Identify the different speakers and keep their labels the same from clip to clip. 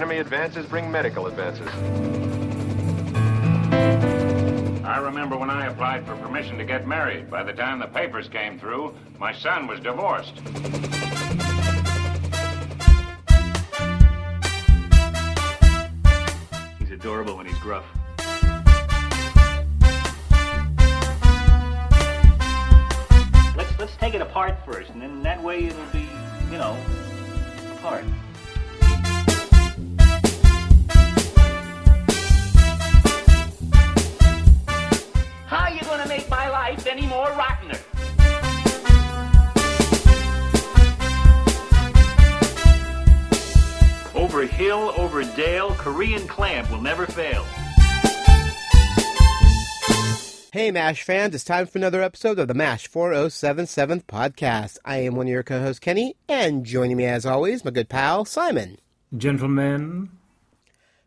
Speaker 1: money advances bring medical advances.
Speaker 2: I remember when I applied for permission to get married. By the time the papers came through, my son was divorced.
Speaker 3: He's adorable when he's gruff.
Speaker 4: Let's let's take it apart first, and then that way it'll be, you know, apart. How you gonna make my life any more rottener?
Speaker 3: Over hill, over dale, Korean clamp will never fail.
Speaker 5: Hey, MASH fans, it's time for another episode of the MASH 4077 podcast. I am one of your co hosts, Kenny, and joining me as always, my good pal, Simon.
Speaker 6: Gentlemen,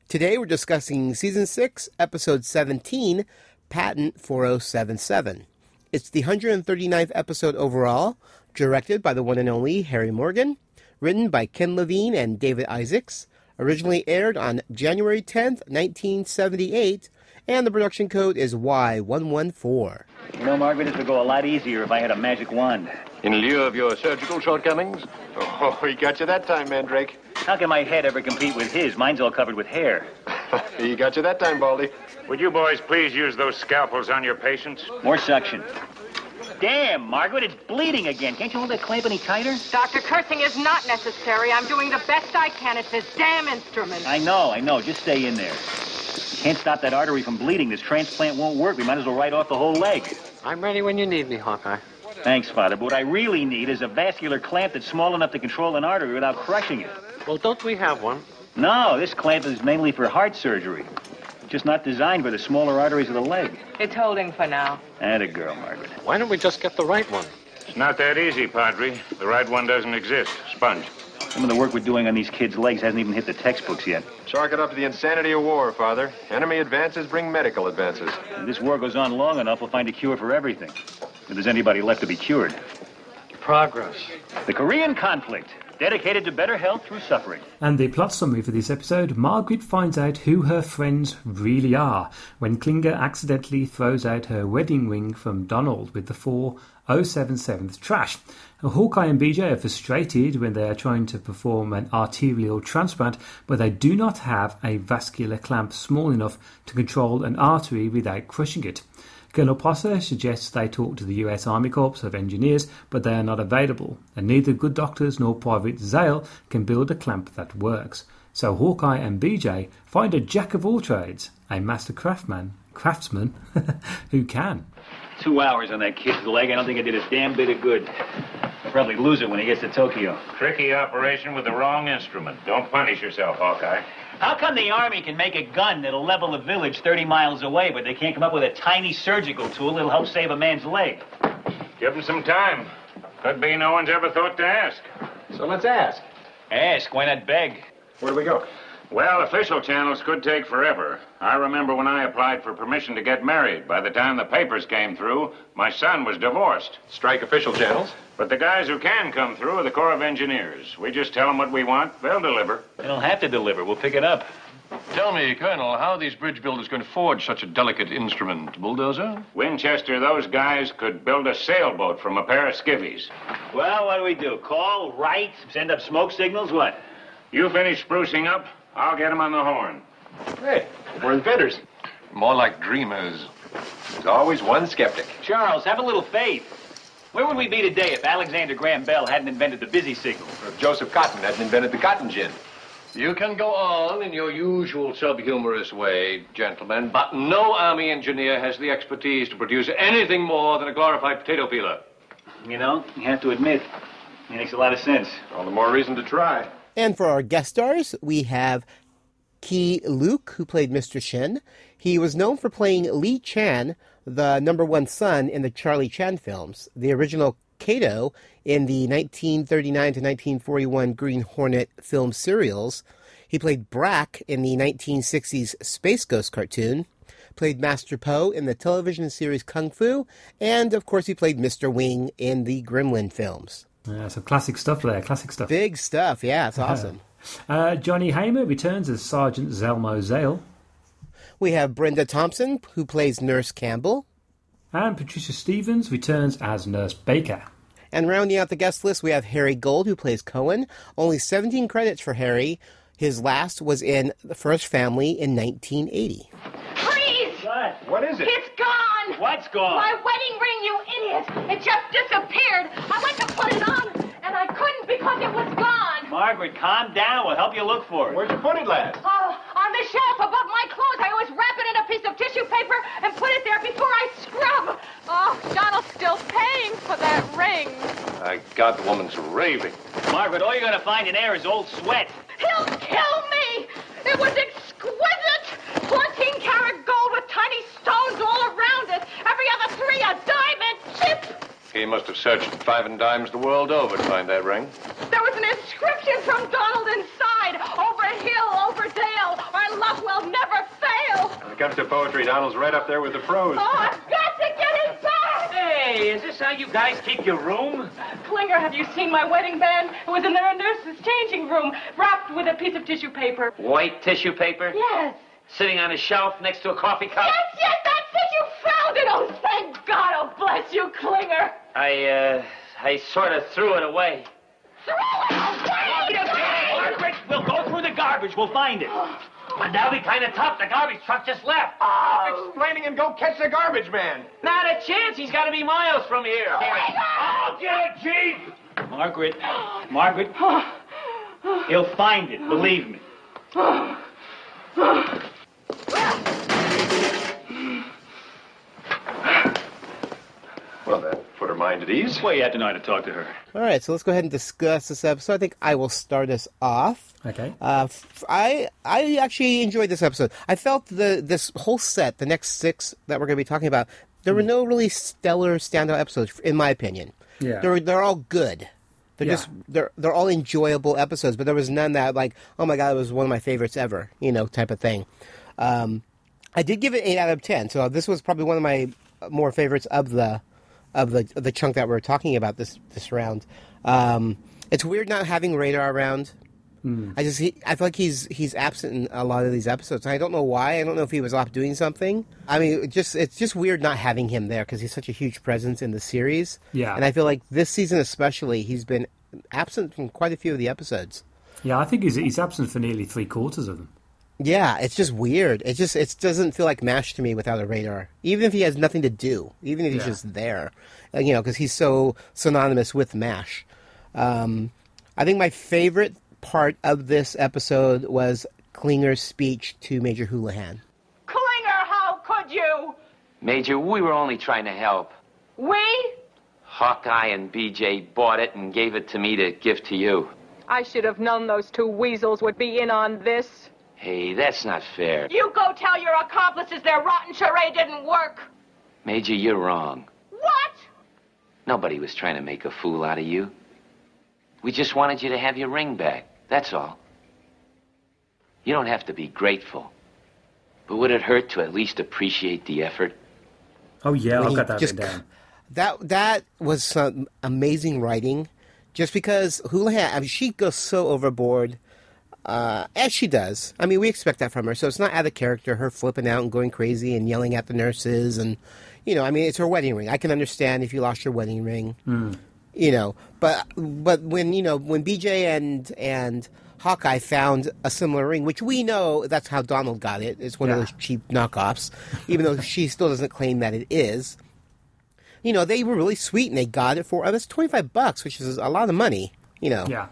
Speaker 5: Today we're discussing Season 6, Episode 17, Patent 4077. It's the 139th episode overall, directed by the one and only Harry Morgan, written by Ken Levine and David Isaacs, originally aired on January 10th, 1978, and the production code is Y114.
Speaker 4: You know, Margaret, this would go a lot easier if I had a magic wand.
Speaker 1: In lieu of your surgical shortcomings? Oh, he got you that time, Mandrake.
Speaker 4: How can my head ever compete with his? Mine's all covered with hair.
Speaker 1: He got you that time, Baldy.
Speaker 2: Would you boys please use those scalpels on your patients?
Speaker 4: More suction. Damn, Margaret, it's bleeding again. Can't you hold that clamp any tighter?
Speaker 7: Doctor, cursing is not necessary. I'm doing the best I can at this damn instrument.
Speaker 4: I know, I know. Just stay in there. Can't stop that artery from bleeding. This transplant won't work. We might as well write off the whole leg.
Speaker 8: I'm ready when you need me, Hawkeye.
Speaker 4: Thanks, Father. But what I really need is a vascular clamp that's small enough to control an artery without crushing it.
Speaker 8: Well, don't we have one?
Speaker 4: No, this clamp is mainly for heart surgery. Just not designed for the smaller arteries of the leg.
Speaker 7: It's holding for now.
Speaker 4: That a girl, Margaret.
Speaker 8: Why don't we just get the right one?
Speaker 2: It's not that easy, Padre. The right one doesn't exist. Sponge.
Speaker 4: Some of the work we're doing on these kids' legs hasn't even hit the textbooks yet.
Speaker 1: Chalk it up to the insanity of war, Father. Enemy advances bring medical advances.
Speaker 4: If this war goes on long enough, we'll find a cure for everything. If there's anybody left to be cured.
Speaker 8: Progress.
Speaker 4: The Korean conflict, dedicated to better health through suffering.
Speaker 6: and the plot summary for this episode Margaret finds out who her friends really are when Klinger accidentally throws out her wedding ring from Donald with the 4077th trash. Hawkeye and BJ are frustrated when they are trying to perform an arterial transplant, but they do not have a vascular clamp small enough to control an artery without crushing it. Colonel Posse suggests they talk to the US Army Corps of Engineers, but they are not available, and neither good doctors nor Private Zale can build a clamp that works. So Hawkeye and BJ find a jack of all trades, a master craftman, craftsman who can.
Speaker 4: Two hours on that kid's leg. I don't think it did a damn bit of good. I'll probably lose it when he gets to Tokyo.
Speaker 2: Tricky operation with the wrong instrument. Don't punish yourself, Hawkeye.
Speaker 4: How come the Army can make a gun that'll level a village 30 miles away, but they can't come up with a tiny surgical tool that'll help save a man's leg?
Speaker 2: Give him some time. Could be no one's ever thought to ask.
Speaker 1: So let's ask.
Speaker 4: Ask, why not beg?
Speaker 1: Where do we go?
Speaker 2: Well, official channels could take forever. I remember when I applied for permission to get married. By the time the papers came through, my son was divorced.
Speaker 1: Strike official channels.
Speaker 2: But the guys who can come through are the Corps of Engineers. We just tell them what we want, they'll deliver.
Speaker 4: They don't have to deliver. We'll pick it up.
Speaker 9: Tell me, Colonel, how these bridge builders can forge such a delicate instrument, bulldozer?
Speaker 2: Winchester, those guys could build a sailboat from a pair of skivvies.
Speaker 4: Well, what do we do? Call, write, send up smoke signals? What?
Speaker 2: You finish sprucing up, I'll get 'em on the horn.
Speaker 1: Hey, we're inventors.
Speaker 9: More like dreamers.
Speaker 1: There's always one skeptic.
Speaker 4: Charles, have a little faith. Where would we be today if Alexander Graham Bell hadn't invented the busy signal?
Speaker 1: Or if Joseph Cotton hadn't invented the cotton gin.
Speaker 9: You can go on in your usual subhumorous way, gentlemen, but no army engineer has the expertise to produce anything more than a glorified potato peeler.
Speaker 4: You know, you have to admit, it makes a lot of sense.
Speaker 1: All the more reason to try.
Speaker 5: And for our guest stars, we have Ki Luke, who played Mr. Shin. He was known for playing Lee Chan, the number one son in the Charlie Chan films, the original Kato in the 1939 to 1941 Green Hornet film serials. He played Brack in the 1960s Space Ghost cartoon, played Master Poe in the television series Kung Fu, and of course he played Mr. Wing in the Gremlin films.
Speaker 6: Yeah, so classic stuff there, classic stuff.
Speaker 5: Big stuff, yeah, it's awesome.
Speaker 6: Uh, Johnny Hamer returns as Sergeant Zelmo Zale,
Speaker 5: We have Brenda Thompson, who plays Nurse Campbell.
Speaker 6: and Patricia Stevens returns as Nurse Baker.
Speaker 5: And rounding out the guest list, we have Harry Gold, who plays Cohen. Only 17 credits for Harry. His last was in The First Family in 1980.
Speaker 7: Please!
Speaker 4: What?
Speaker 1: What is it?
Speaker 7: It's gone!
Speaker 4: What's gone?
Speaker 7: My wedding ring, you idiot! It just disappeared! I went to put it on, and I couldn't because it was gone!
Speaker 4: Margaret, calm down. We'll help you look for it.
Speaker 1: Where'd you put it last?
Speaker 7: Oh, on the shelf above my clothes, I always wrap it in a piece of tissue paper and put it there before I scrub! Oh, Donald's still paying for that ring.
Speaker 9: My God, the woman's raving.
Speaker 4: Margaret, all you're going to find in there is old sweat.
Speaker 7: He'll kill me! It was exquisite! 14 karat gold with tiny stones all around it. Every other three a diamond chip.
Speaker 9: He must have searched five and dimes the world over to find that ring.
Speaker 7: There was an inscription from Donald inside. Over hill, over dale. Our love will never fail.
Speaker 1: When it comes to poetry, Donald's right up there with the pros.
Speaker 7: Oh, I've got to get it back!
Speaker 4: Hey, is this how you guys keep your room?
Speaker 7: Klinger, have you seen my wedding band? It was in the nurse's changing room, wrapped with a piece of tissue paper.
Speaker 4: White tissue paper?
Speaker 7: Yes.
Speaker 4: Sitting on a shelf next to a coffee cup?
Speaker 7: Yes, yes, that's it. You found it. Oh, thank God. Oh, bless you, Klinger.
Speaker 4: I, uh, I sort of threw it away.
Speaker 7: Throw it away!
Speaker 4: Margaret, we'll go through the garbage. We'll find it.
Speaker 7: Oh.
Speaker 4: And that'll be kind of tough. The garbage truck just left.
Speaker 1: Explaining and go catch the garbage man.
Speaker 4: Not a chance. He's got to be miles from here.
Speaker 7: Oh, I'll
Speaker 4: get it, Chief. Margaret, Margaret,
Speaker 7: Oh.
Speaker 4: he'll find it. Believe me.
Speaker 1: Well, that put her mind at ease.
Speaker 3: Way out tonight to talk to her.
Speaker 5: All right, so let's go ahead and discuss this episode. I think I will start us off.
Speaker 6: Okay.
Speaker 5: Uh, f- I I actually enjoyed this episode. I felt the this whole set, the next six that we're going to be talking about, there
Speaker 6: Hmm.
Speaker 5: were no really stellar standout episodes, in my opinion.
Speaker 6: Yeah.
Speaker 5: they're they're all good. They're
Speaker 6: Yeah.
Speaker 5: just they're they're all enjoyable episodes, but there was none that like, oh my god, it was one of my favorites ever, you know, type of thing. Um, I did give it eight out of ten, so this was probably one of my more favorites of the of the of the chunk that we're talking about this this round. Um, it's weird not having radar around. I just he, I feel like he's he's absent in a lot of these episodes. I don't know why. I don't know if he was off doing something. I mean, it just it's just weird not having him there because he's such a huge presence in the series.
Speaker 6: Yeah.
Speaker 5: and I feel like this season especially, he's been absent from quite a few of the episodes.
Speaker 6: yeah, I think he's, he's absent for nearly three quarters of them.
Speaker 5: Yeah, it's just weird. It just it doesn't feel like Mash to me without a radar. Even if he has nothing to do, even if he's
Speaker 6: Yeah.
Speaker 5: just there, Uh, you know, because he's so synonymous with Mash. Um, I think my favorite part of this episode was Klinger's speech to Major Houlihan.
Speaker 7: Klinger, how could you?
Speaker 10: Major, we were only trying to help.
Speaker 7: We?
Speaker 10: Hawkeye and BJ bought it and gave it to me to give to you.
Speaker 7: I should have known those two weasels would be in on this.
Speaker 10: Hey, that's not fair.
Speaker 7: You go tell your accomplices their rotten charade didn't work.
Speaker 10: Major, you're wrong.
Speaker 7: What?
Speaker 10: Nobody was trying to make a fool out of you. We just wanted you to have your ring back. That's all. You don't have to be grateful. But would it hurt to at least appreciate the effort?
Speaker 6: Oh, yeah, I've
Speaker 5: He
Speaker 6: got that
Speaker 5: just-
Speaker 6: written down.
Speaker 5: That that was some amazing writing. Just because Houlihan, I mean, she goes so overboard, uh, as she does. I mean, we expect that from her, so it's not out of character. Her flipping out and going crazy and yelling at the nurses, and you know, I mean, it's her wedding ring. I can understand if you lost your wedding ring, you know. But but when you know when BJ and and Hawkeye found a similar ring, which we know that's how Donald got it. It's one of
Speaker 6: Yeah.
Speaker 5: those cheap knockoffs, even though she still doesn't claim that it is you know, they were really sweet and they got it for us 25 bucks, which is a lot of money, you know.
Speaker 6: Yeah.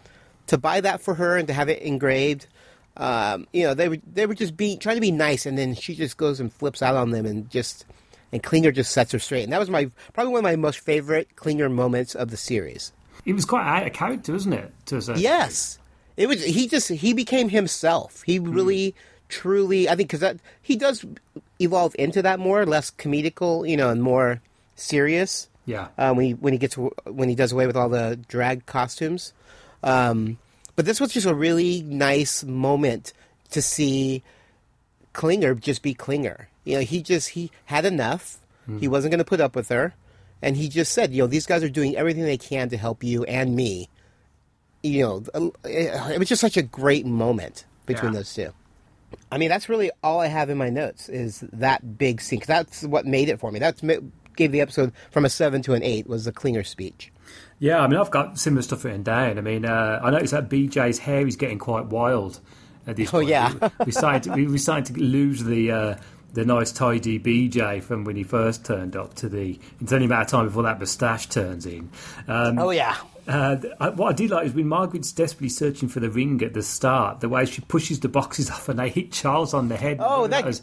Speaker 5: To buy that for her and to have it engraved. Um, you know, they were they were just be trying to be nice and then she just goes and flips out on them and just and Klinger just sets her straight. And that was my probably one of my most favorite Klinger moments of the series.
Speaker 6: It was quite out of character, wasn't it? To a certain
Speaker 5: Yes. It was he just he became himself. He really truly I think cuz that he does evolve into that more less comedical, you know, and more serious
Speaker 6: Yeah.
Speaker 5: uh, when he when he gets when he does away with all the drag costumes. Um, but this was just a really nice moment to see Klinger just be Klinger. You know, he just he had enough. He wasn't going to put up with her, and he just said, "You know, these guys are doing everything they can to help you and me, you know, it it was just such a great moment between
Speaker 6: Yeah.
Speaker 5: those two. I mean, that's really all I have in my notes is that big scene. 'cause that's what made it for me. That's ma- gave the episode from a seven to an eight was the Klinger speech.
Speaker 6: Yeah, I mean, I've got similar stuff written down. I mean, uh, I noticed that BJ's hair is getting quite wild at this
Speaker 5: Oh,
Speaker 6: point.
Speaker 5: yeah.
Speaker 6: We- we started to, we started to lose the uh, the nice tidy BJ from when he first turned up to the. It's only a matter of time before that moustache turns in. Um,
Speaker 5: Oh yeah,
Speaker 6: Uh, th- I, what I did like is when Margaret's desperately searching for the ring at the start, the way she pushes the boxes off and they hit Charles on the head.
Speaker 5: Oh,
Speaker 6: That
Speaker 5: that-
Speaker 6: was-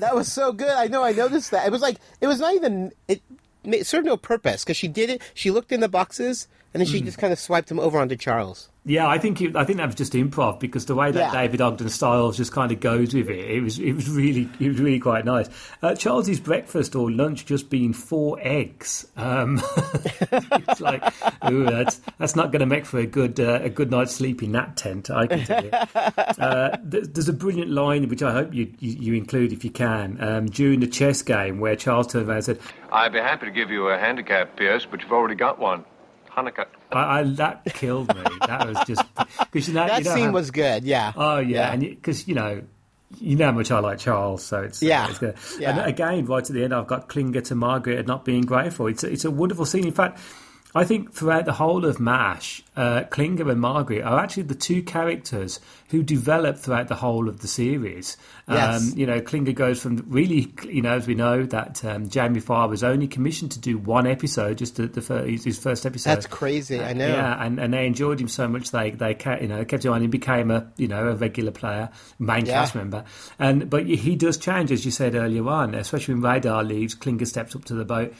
Speaker 5: that was so good. I know. I noticed that. It was like it was not even it, ma- it served no purpose because she did it. She looked in the boxes and then she
Speaker 6: Mm.
Speaker 5: just kind of swiped them over onto Charles.
Speaker 6: Yeah, I think it, I think that was just improv because the way that
Speaker 5: Yeah.
Speaker 6: David Ogden Styles just kind of goes with it, it was it was really it was really quite nice. Uh, Charles's breakfast or lunch just being four eggs. Um, it's like, ooh, that's that's not going to make for a good uh, a good night's sleep in that tent. I can tell you. Uh, th- there's a brilliant line which I hope you you, you include if you can um, during the chess game where Charles turned around and said,
Speaker 9: I'd be happy to give you a handicap, Pierce, but you've already got one. Hanukkah.
Speaker 6: I, "I that killed me." That was just because you know
Speaker 5: That
Speaker 6: you know
Speaker 5: scene
Speaker 6: how-
Speaker 5: was good. Yeah.
Speaker 6: Oh yeah, and because you know, you know how much I like Charles, so it's uh,
Speaker 5: Yeah.
Speaker 6: it's good.
Speaker 5: Yeah.
Speaker 6: And again, right at the end, I've got Klinger to Margaret and not being grateful. It's a, it's a wonderful scene. In fact, I think throughout the whole of Mash, uh, Klinger and Margaret are actually the two characters who develop throughout the whole of the series.
Speaker 5: Yes.
Speaker 6: Um, you know, Klinger goes from really, you know, as we know that um, Jamie Farr was only commissioned to do one episode, just the, the fir- his his first episode.
Speaker 5: That's crazy. I know.
Speaker 6: Yeah, and, and they enjoyed him so much they they ca- you know kept him on. He became a you know a regular player, main
Speaker 5: Yeah.
Speaker 6: cast member. And but he does change, as you said earlier on, especially when Radar leaves. Klinger steps up to the boat,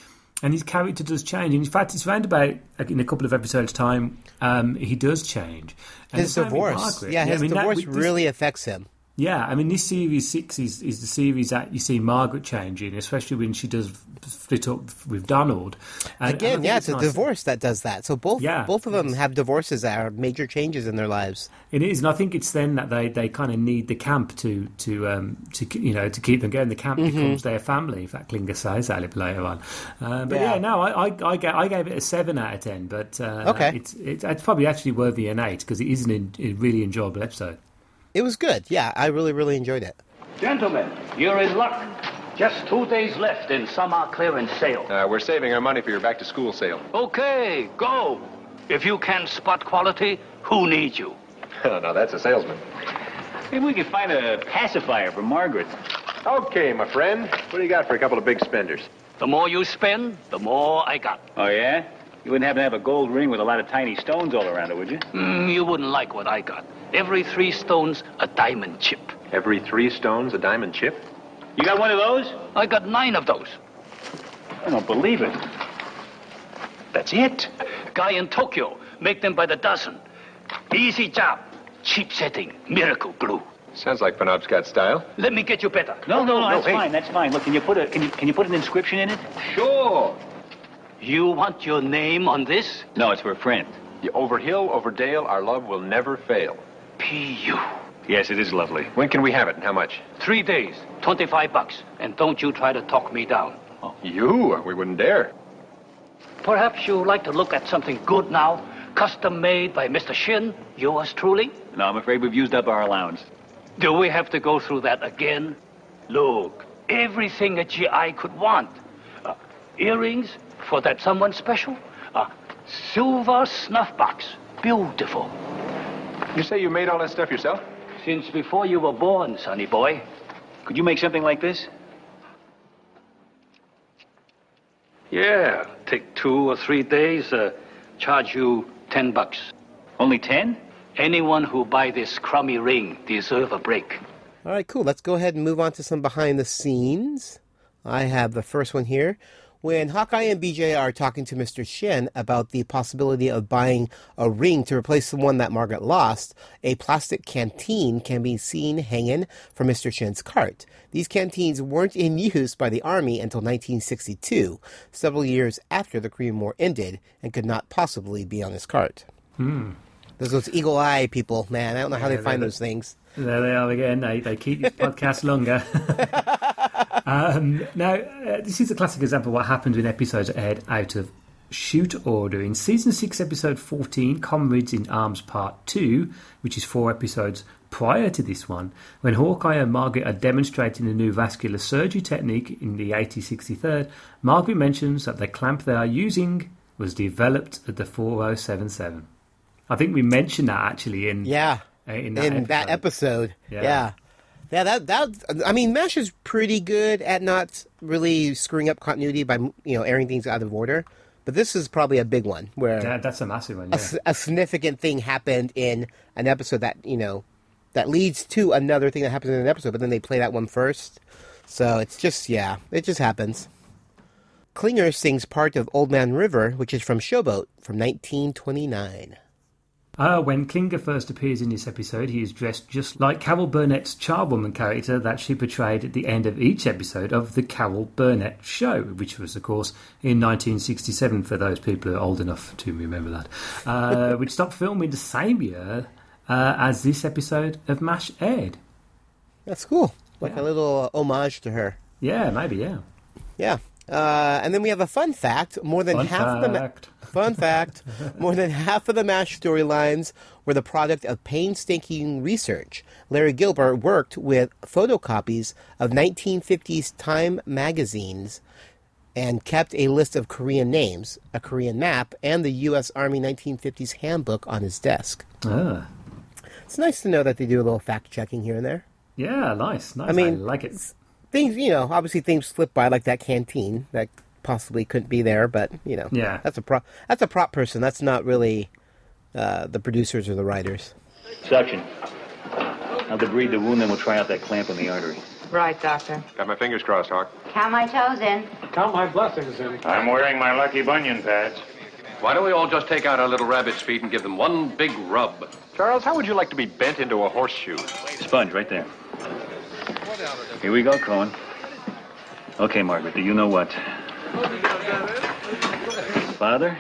Speaker 6: and his character does change. And in fact, it's round about like, in a couple of episodes' time, um, he does change. And
Speaker 5: His
Speaker 6: the same with
Speaker 5: divorce.
Speaker 6: Margaret.
Speaker 5: Yeah,
Speaker 6: I
Speaker 5: his
Speaker 6: mean, that-
Speaker 5: divorce
Speaker 6: with this-
Speaker 5: really affects him.
Speaker 6: yeah, I mean, this series six is, is the series that you see Margaret changing, especially when she does split up with Donald. And- and I
Speaker 5: Again,
Speaker 6: think
Speaker 5: yeah, it's a
Speaker 6: nice.
Speaker 5: divorce that does that. So both
Speaker 6: Yeah,
Speaker 5: both of
Speaker 6: it
Speaker 5: them have divorces that are major changes in their lives.
Speaker 6: It is, and I think it's then that they, they kind of need the camp to to um, to you know to keep them going. The camp
Speaker 5: Mm-hmm.
Speaker 6: becomes their family. In fact, Klinger says that a little later on. Uh, but yeah,
Speaker 5: Yeah.
Speaker 6: no, I I, I, gave, I gave it a seven out of ten. But uh,
Speaker 5: Okay.
Speaker 6: it's, it's it's probably actually worthy an eight because it is an en- a really enjoyable episode.
Speaker 5: It was good. Yeah, I really really enjoyed it.
Speaker 4: Gentlemen, you're in luck. Just two days left in summer clearance sale.
Speaker 9: Uh, we're saving our money for your back to school sale.
Speaker 11: Okay, go. If you can spot quality, who needs you?
Speaker 9: now that's a salesman.
Speaker 4: Maybe we could find a pacifier for Margaret.
Speaker 9: Okay, my friend. What do you got for a couple of big spenders?
Speaker 11: The more you spend, the more I got.
Speaker 4: Oh, yeah? You wouldn't happen to have a gold ring with a lot of tiny stones all around it, would you?
Speaker 11: Mm, you wouldn't like what I got. Every three stones, a diamond chip.
Speaker 9: Every three stones, a diamond chip.
Speaker 4: You got one of those?
Speaker 11: I got nine of those.
Speaker 4: I don't believe it. That's it.
Speaker 11: Guy in Tokyo, make them by the dozen. Easy job. Cheap setting, miracle glue.
Speaker 9: Sounds like Penobscot style.
Speaker 11: Let me get you better.
Speaker 4: No, no, no,
Speaker 9: no,
Speaker 4: that's
Speaker 9: hey.
Speaker 4: fine, that's fine. Look, can you put a can you can you put an inscription in it?
Speaker 9: Sure.
Speaker 11: You want your name on this?
Speaker 4: No, it's for a friend.
Speaker 9: You over hill, over dale, our love will never fail.
Speaker 11: P.U.
Speaker 4: Yes, it is lovely.
Speaker 9: When can we have it and how much?
Speaker 11: Three days, 25 bucks. And don't you try to talk me down.
Speaker 9: You? We wouldn't dare.
Speaker 11: Perhaps you'd like to look at something good now, custom made by Mr. Shin, yours truly.
Speaker 4: No, I'm afraid we've used up our allowance.
Speaker 11: Do we have to go through that again? Look, everything a GI could want. Uh, earrings for that someone special. A silver snuff box. Beautiful.
Speaker 9: You say you made all that stuff yourself?
Speaker 11: Since before you were born, sonny boy.
Speaker 4: Could you make something like this?
Speaker 11: Yeah, take two or three days, uh, charge you 10 bucks.
Speaker 4: Only ten?
Speaker 11: Anyone who buy this crummy ring deserve a break.
Speaker 5: All right, cool. Let's go ahead and move on to some behind the scenes. I have the first one here. When Hawkeye and BJ are talking to Mr. Shin about the possibility of buying a ring to replace the one that Margaret lost, a plastic canteen can be seen hanging from Mr. Shin's cart. These canteens weren't in use by the Army until 1962, several years after the Korean War ended, and could not possibly be on his cart. There's those eagle eye people, man. I don't know how they find those things.
Speaker 6: There they are again. They, they keep this podcast longer. um, now, uh, this is a classic example of what happens when episodes are aired out of shoot order. In season 6, episode 14, Comrades in Arms Part 2, which is four episodes prior to this one, when Hawkeye and Margaret are demonstrating a new vascular surgery technique in the 8063rd, Margaret mentions that the clamp they are using was developed at the 4077. I think we mentioned that actually in
Speaker 5: yeah in
Speaker 6: in that episode.
Speaker 5: that episode.
Speaker 6: Yeah.
Speaker 5: Yeah. yeah. that that I mean, Mash is pretty good at not really screwing up continuity by you know airing things out of order, but this is probably a big one where
Speaker 6: That- that's a massive
Speaker 5: a
Speaker 6: one. Yeah.
Speaker 5: s- a, significant thing happened in an episode that you know that leads to another thing that happens in an episode, but then they play that one first. So it's just yeah, it just happens. Klinger sings part of Old Man River, which is from Showboat from 1929.
Speaker 6: Uh, when Klinger first appears in this episode, he is dressed just like Carol Burnett's charwoman character that she portrayed at the end of each episode of The Carol Burnett Show, which was, of course, in 1967 for those people who are old enough to remember that, uh, which stopped filming the same year uh, as this episode of MASH aired.
Speaker 5: That's cool. Like a little uh, homage to her.
Speaker 6: Yeah, maybe, yeah.
Speaker 5: Yeah. Uh, and then we have a fun fact. More than
Speaker 6: Fun
Speaker 5: half of the ma-
Speaker 6: fact.
Speaker 5: fun fact. More than half of the MASH storylines were the product of painstaking research. Larry Gilbert worked with photocopies of 1950s Time magazines and kept a list of Korean names, a Korean map, and the U.S. Army 1950s handbook on his desk.
Speaker 6: Ah,
Speaker 5: It's nice to know that they do a little fact checking here and there.
Speaker 6: yeah, nice, nice.
Speaker 5: I mean,
Speaker 6: like it.
Speaker 5: Things, you know, obviously things slip by, like that canteen that possibly couldn't be there, but you know,
Speaker 6: Yeah.
Speaker 5: that's a prop. That's a prop person. That's not really uh, the producers or the writers.
Speaker 3: Suction. Now debride the wound, then we'll try out that clamp in the artery.
Speaker 12: Right, Doctor.
Speaker 2: Got my fingers crossed, Hawk.
Speaker 12: Count my toes in.
Speaker 8: Count my blessings in.
Speaker 2: I'm wearing my lucky bunion pads.
Speaker 9: Why don't we all just take out our little rabbit's feet and give them one big rub? Charles, how would you like to be bent into a horseshoe?
Speaker 3: Sponge, right there. Here we go, Cohen. Okay, Margaret, do you know what? Father,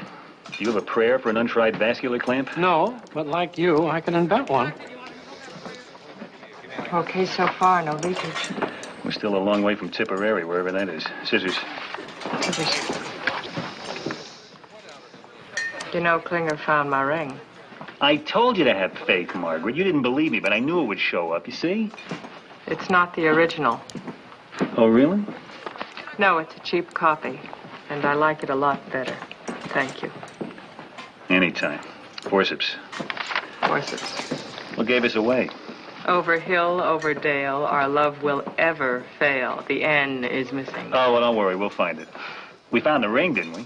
Speaker 3: do you have a prayer for an untried vascular clamp?
Speaker 8: No, but like you, I can invent one.
Speaker 12: Okay, so far, no leakage.
Speaker 3: We're still a long way from Tipperary, wherever that is. Scissors.
Speaker 12: Scissors. You know, Klinger found my ring.
Speaker 3: I told you to have faith, Margaret. You didn't believe me, but I knew it would show up, you see?
Speaker 12: It's not the original.
Speaker 3: Oh, really?
Speaker 12: No, it's a cheap copy, and I like it a lot better. Thank you.
Speaker 3: Anytime. Forceps.
Speaker 12: Forceps.
Speaker 3: What gave us away?
Speaker 12: Over hill, over dale, our love will ever fail. The N is missing.
Speaker 3: Oh, well, don't worry. We'll find it. We found the ring, didn't we?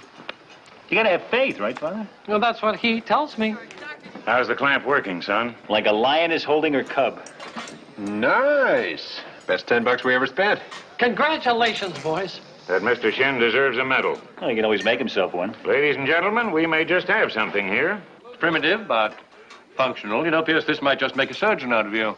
Speaker 3: You gotta have faith, right, Father?
Speaker 8: Well, that's what he tells me.
Speaker 2: How's the clamp working, son?
Speaker 3: Like a lioness holding her cub.
Speaker 9: Nice. Best 10 bucks we ever spent.
Speaker 8: Congratulations, boys.
Speaker 2: That Mr. Shin deserves a medal.
Speaker 3: Well, he can always make himself one.
Speaker 2: Ladies and gentlemen, we may just have something here.
Speaker 9: Primitive, but functional. You know, Pierce, this might just make a surgeon out of you.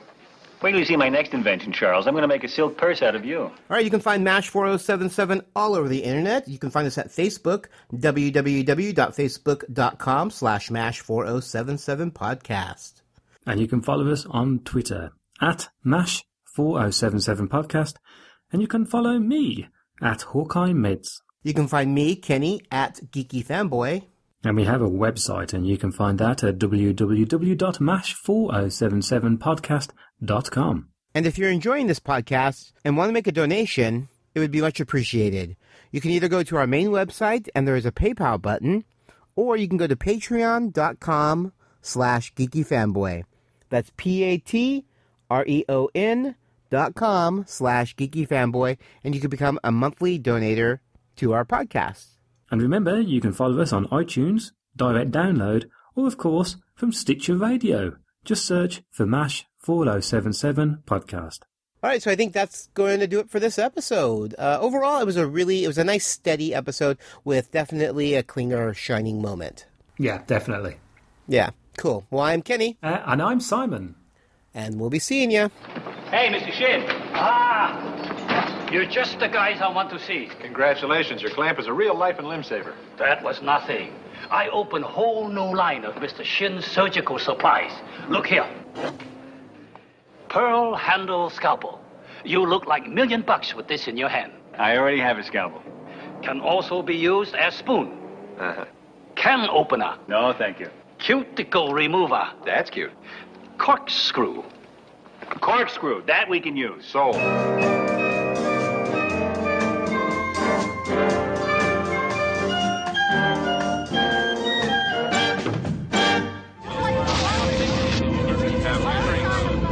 Speaker 3: Wait till you see my next invention, Charles. I'm gonna make a silk purse out of you.
Speaker 5: All right, you can find MASH 4077 all over the internet. You can find us at Facebook, www.facebook.com slash MASH 4077 podcast.
Speaker 6: And you can follow us on Twitter at MASH4077podcast. And you can follow me at Hawkeye Meds.
Speaker 5: You can find me, Kenny, at Geeky Fanboy.
Speaker 6: And we have a website, and you can find that at www.mash4077podcast.com.
Speaker 5: And if you're enjoying this podcast and want to make a donation, it would be much appreciated. You can either go to our main website and there is a PayPal button, or you can go to patreon.com slash geekyfanboy. That's P-A-T-R-E-O-N E dot com slash geekyfanboy, and you can become a monthly donator to our podcast.
Speaker 6: And remember, you can follow us on iTunes, direct download, or of course from Stitcher Radio. Just search for MASH4077 podcast.
Speaker 5: All right, so I think that's going to do it for this episode. Uh, overall, it was a really, it was a nice, steady episode with definitely a Klinger shining moment.
Speaker 6: Yeah, definitely.
Speaker 5: Yeah, cool. Well, I'm Kenny.
Speaker 6: Uh, and I'm Simon.
Speaker 5: And we'll be seeing you.
Speaker 11: Hey, Mr. Shin. Ah, you're just the guys I want to see.
Speaker 9: Congratulations, your clamp is a real life and limb saver.
Speaker 11: That was nothing. I opened whole new line of Mr. Shin's surgical supplies. Look here. Pearl handle scalpel. You look like a million bucks with this in your hand.
Speaker 3: I already have a scalpel.
Speaker 11: Can also be used as spoon.
Speaker 3: Uh-huh.
Speaker 11: can opener.
Speaker 3: No, thank you.
Speaker 11: Cuticle remover. That's cute. Corkscrew.
Speaker 4: Corkscrew. That we can use.
Speaker 1: Sold.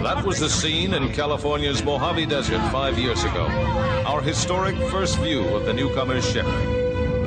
Speaker 13: That was the scene in California's Mojave Desert five years ago. Our historic first view of the newcomer's ship.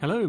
Speaker 6: Hello,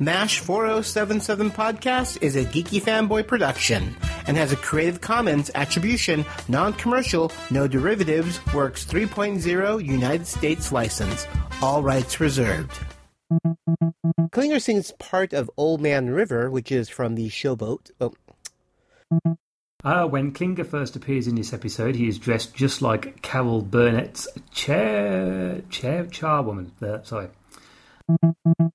Speaker 5: MASH 4077 Podcast is a geeky fanboy production and has a Creative Commons Attribution, Non Commercial, No Derivatives, Works 3.0 United States license. All rights reserved. Klinger sings part of Old Man River, which is from the showboat. Oh,
Speaker 6: Uh, when Klinger first appears in this episode, he is dressed just like Carol Burnett's chair, chair, charwoman. Uh, sorry.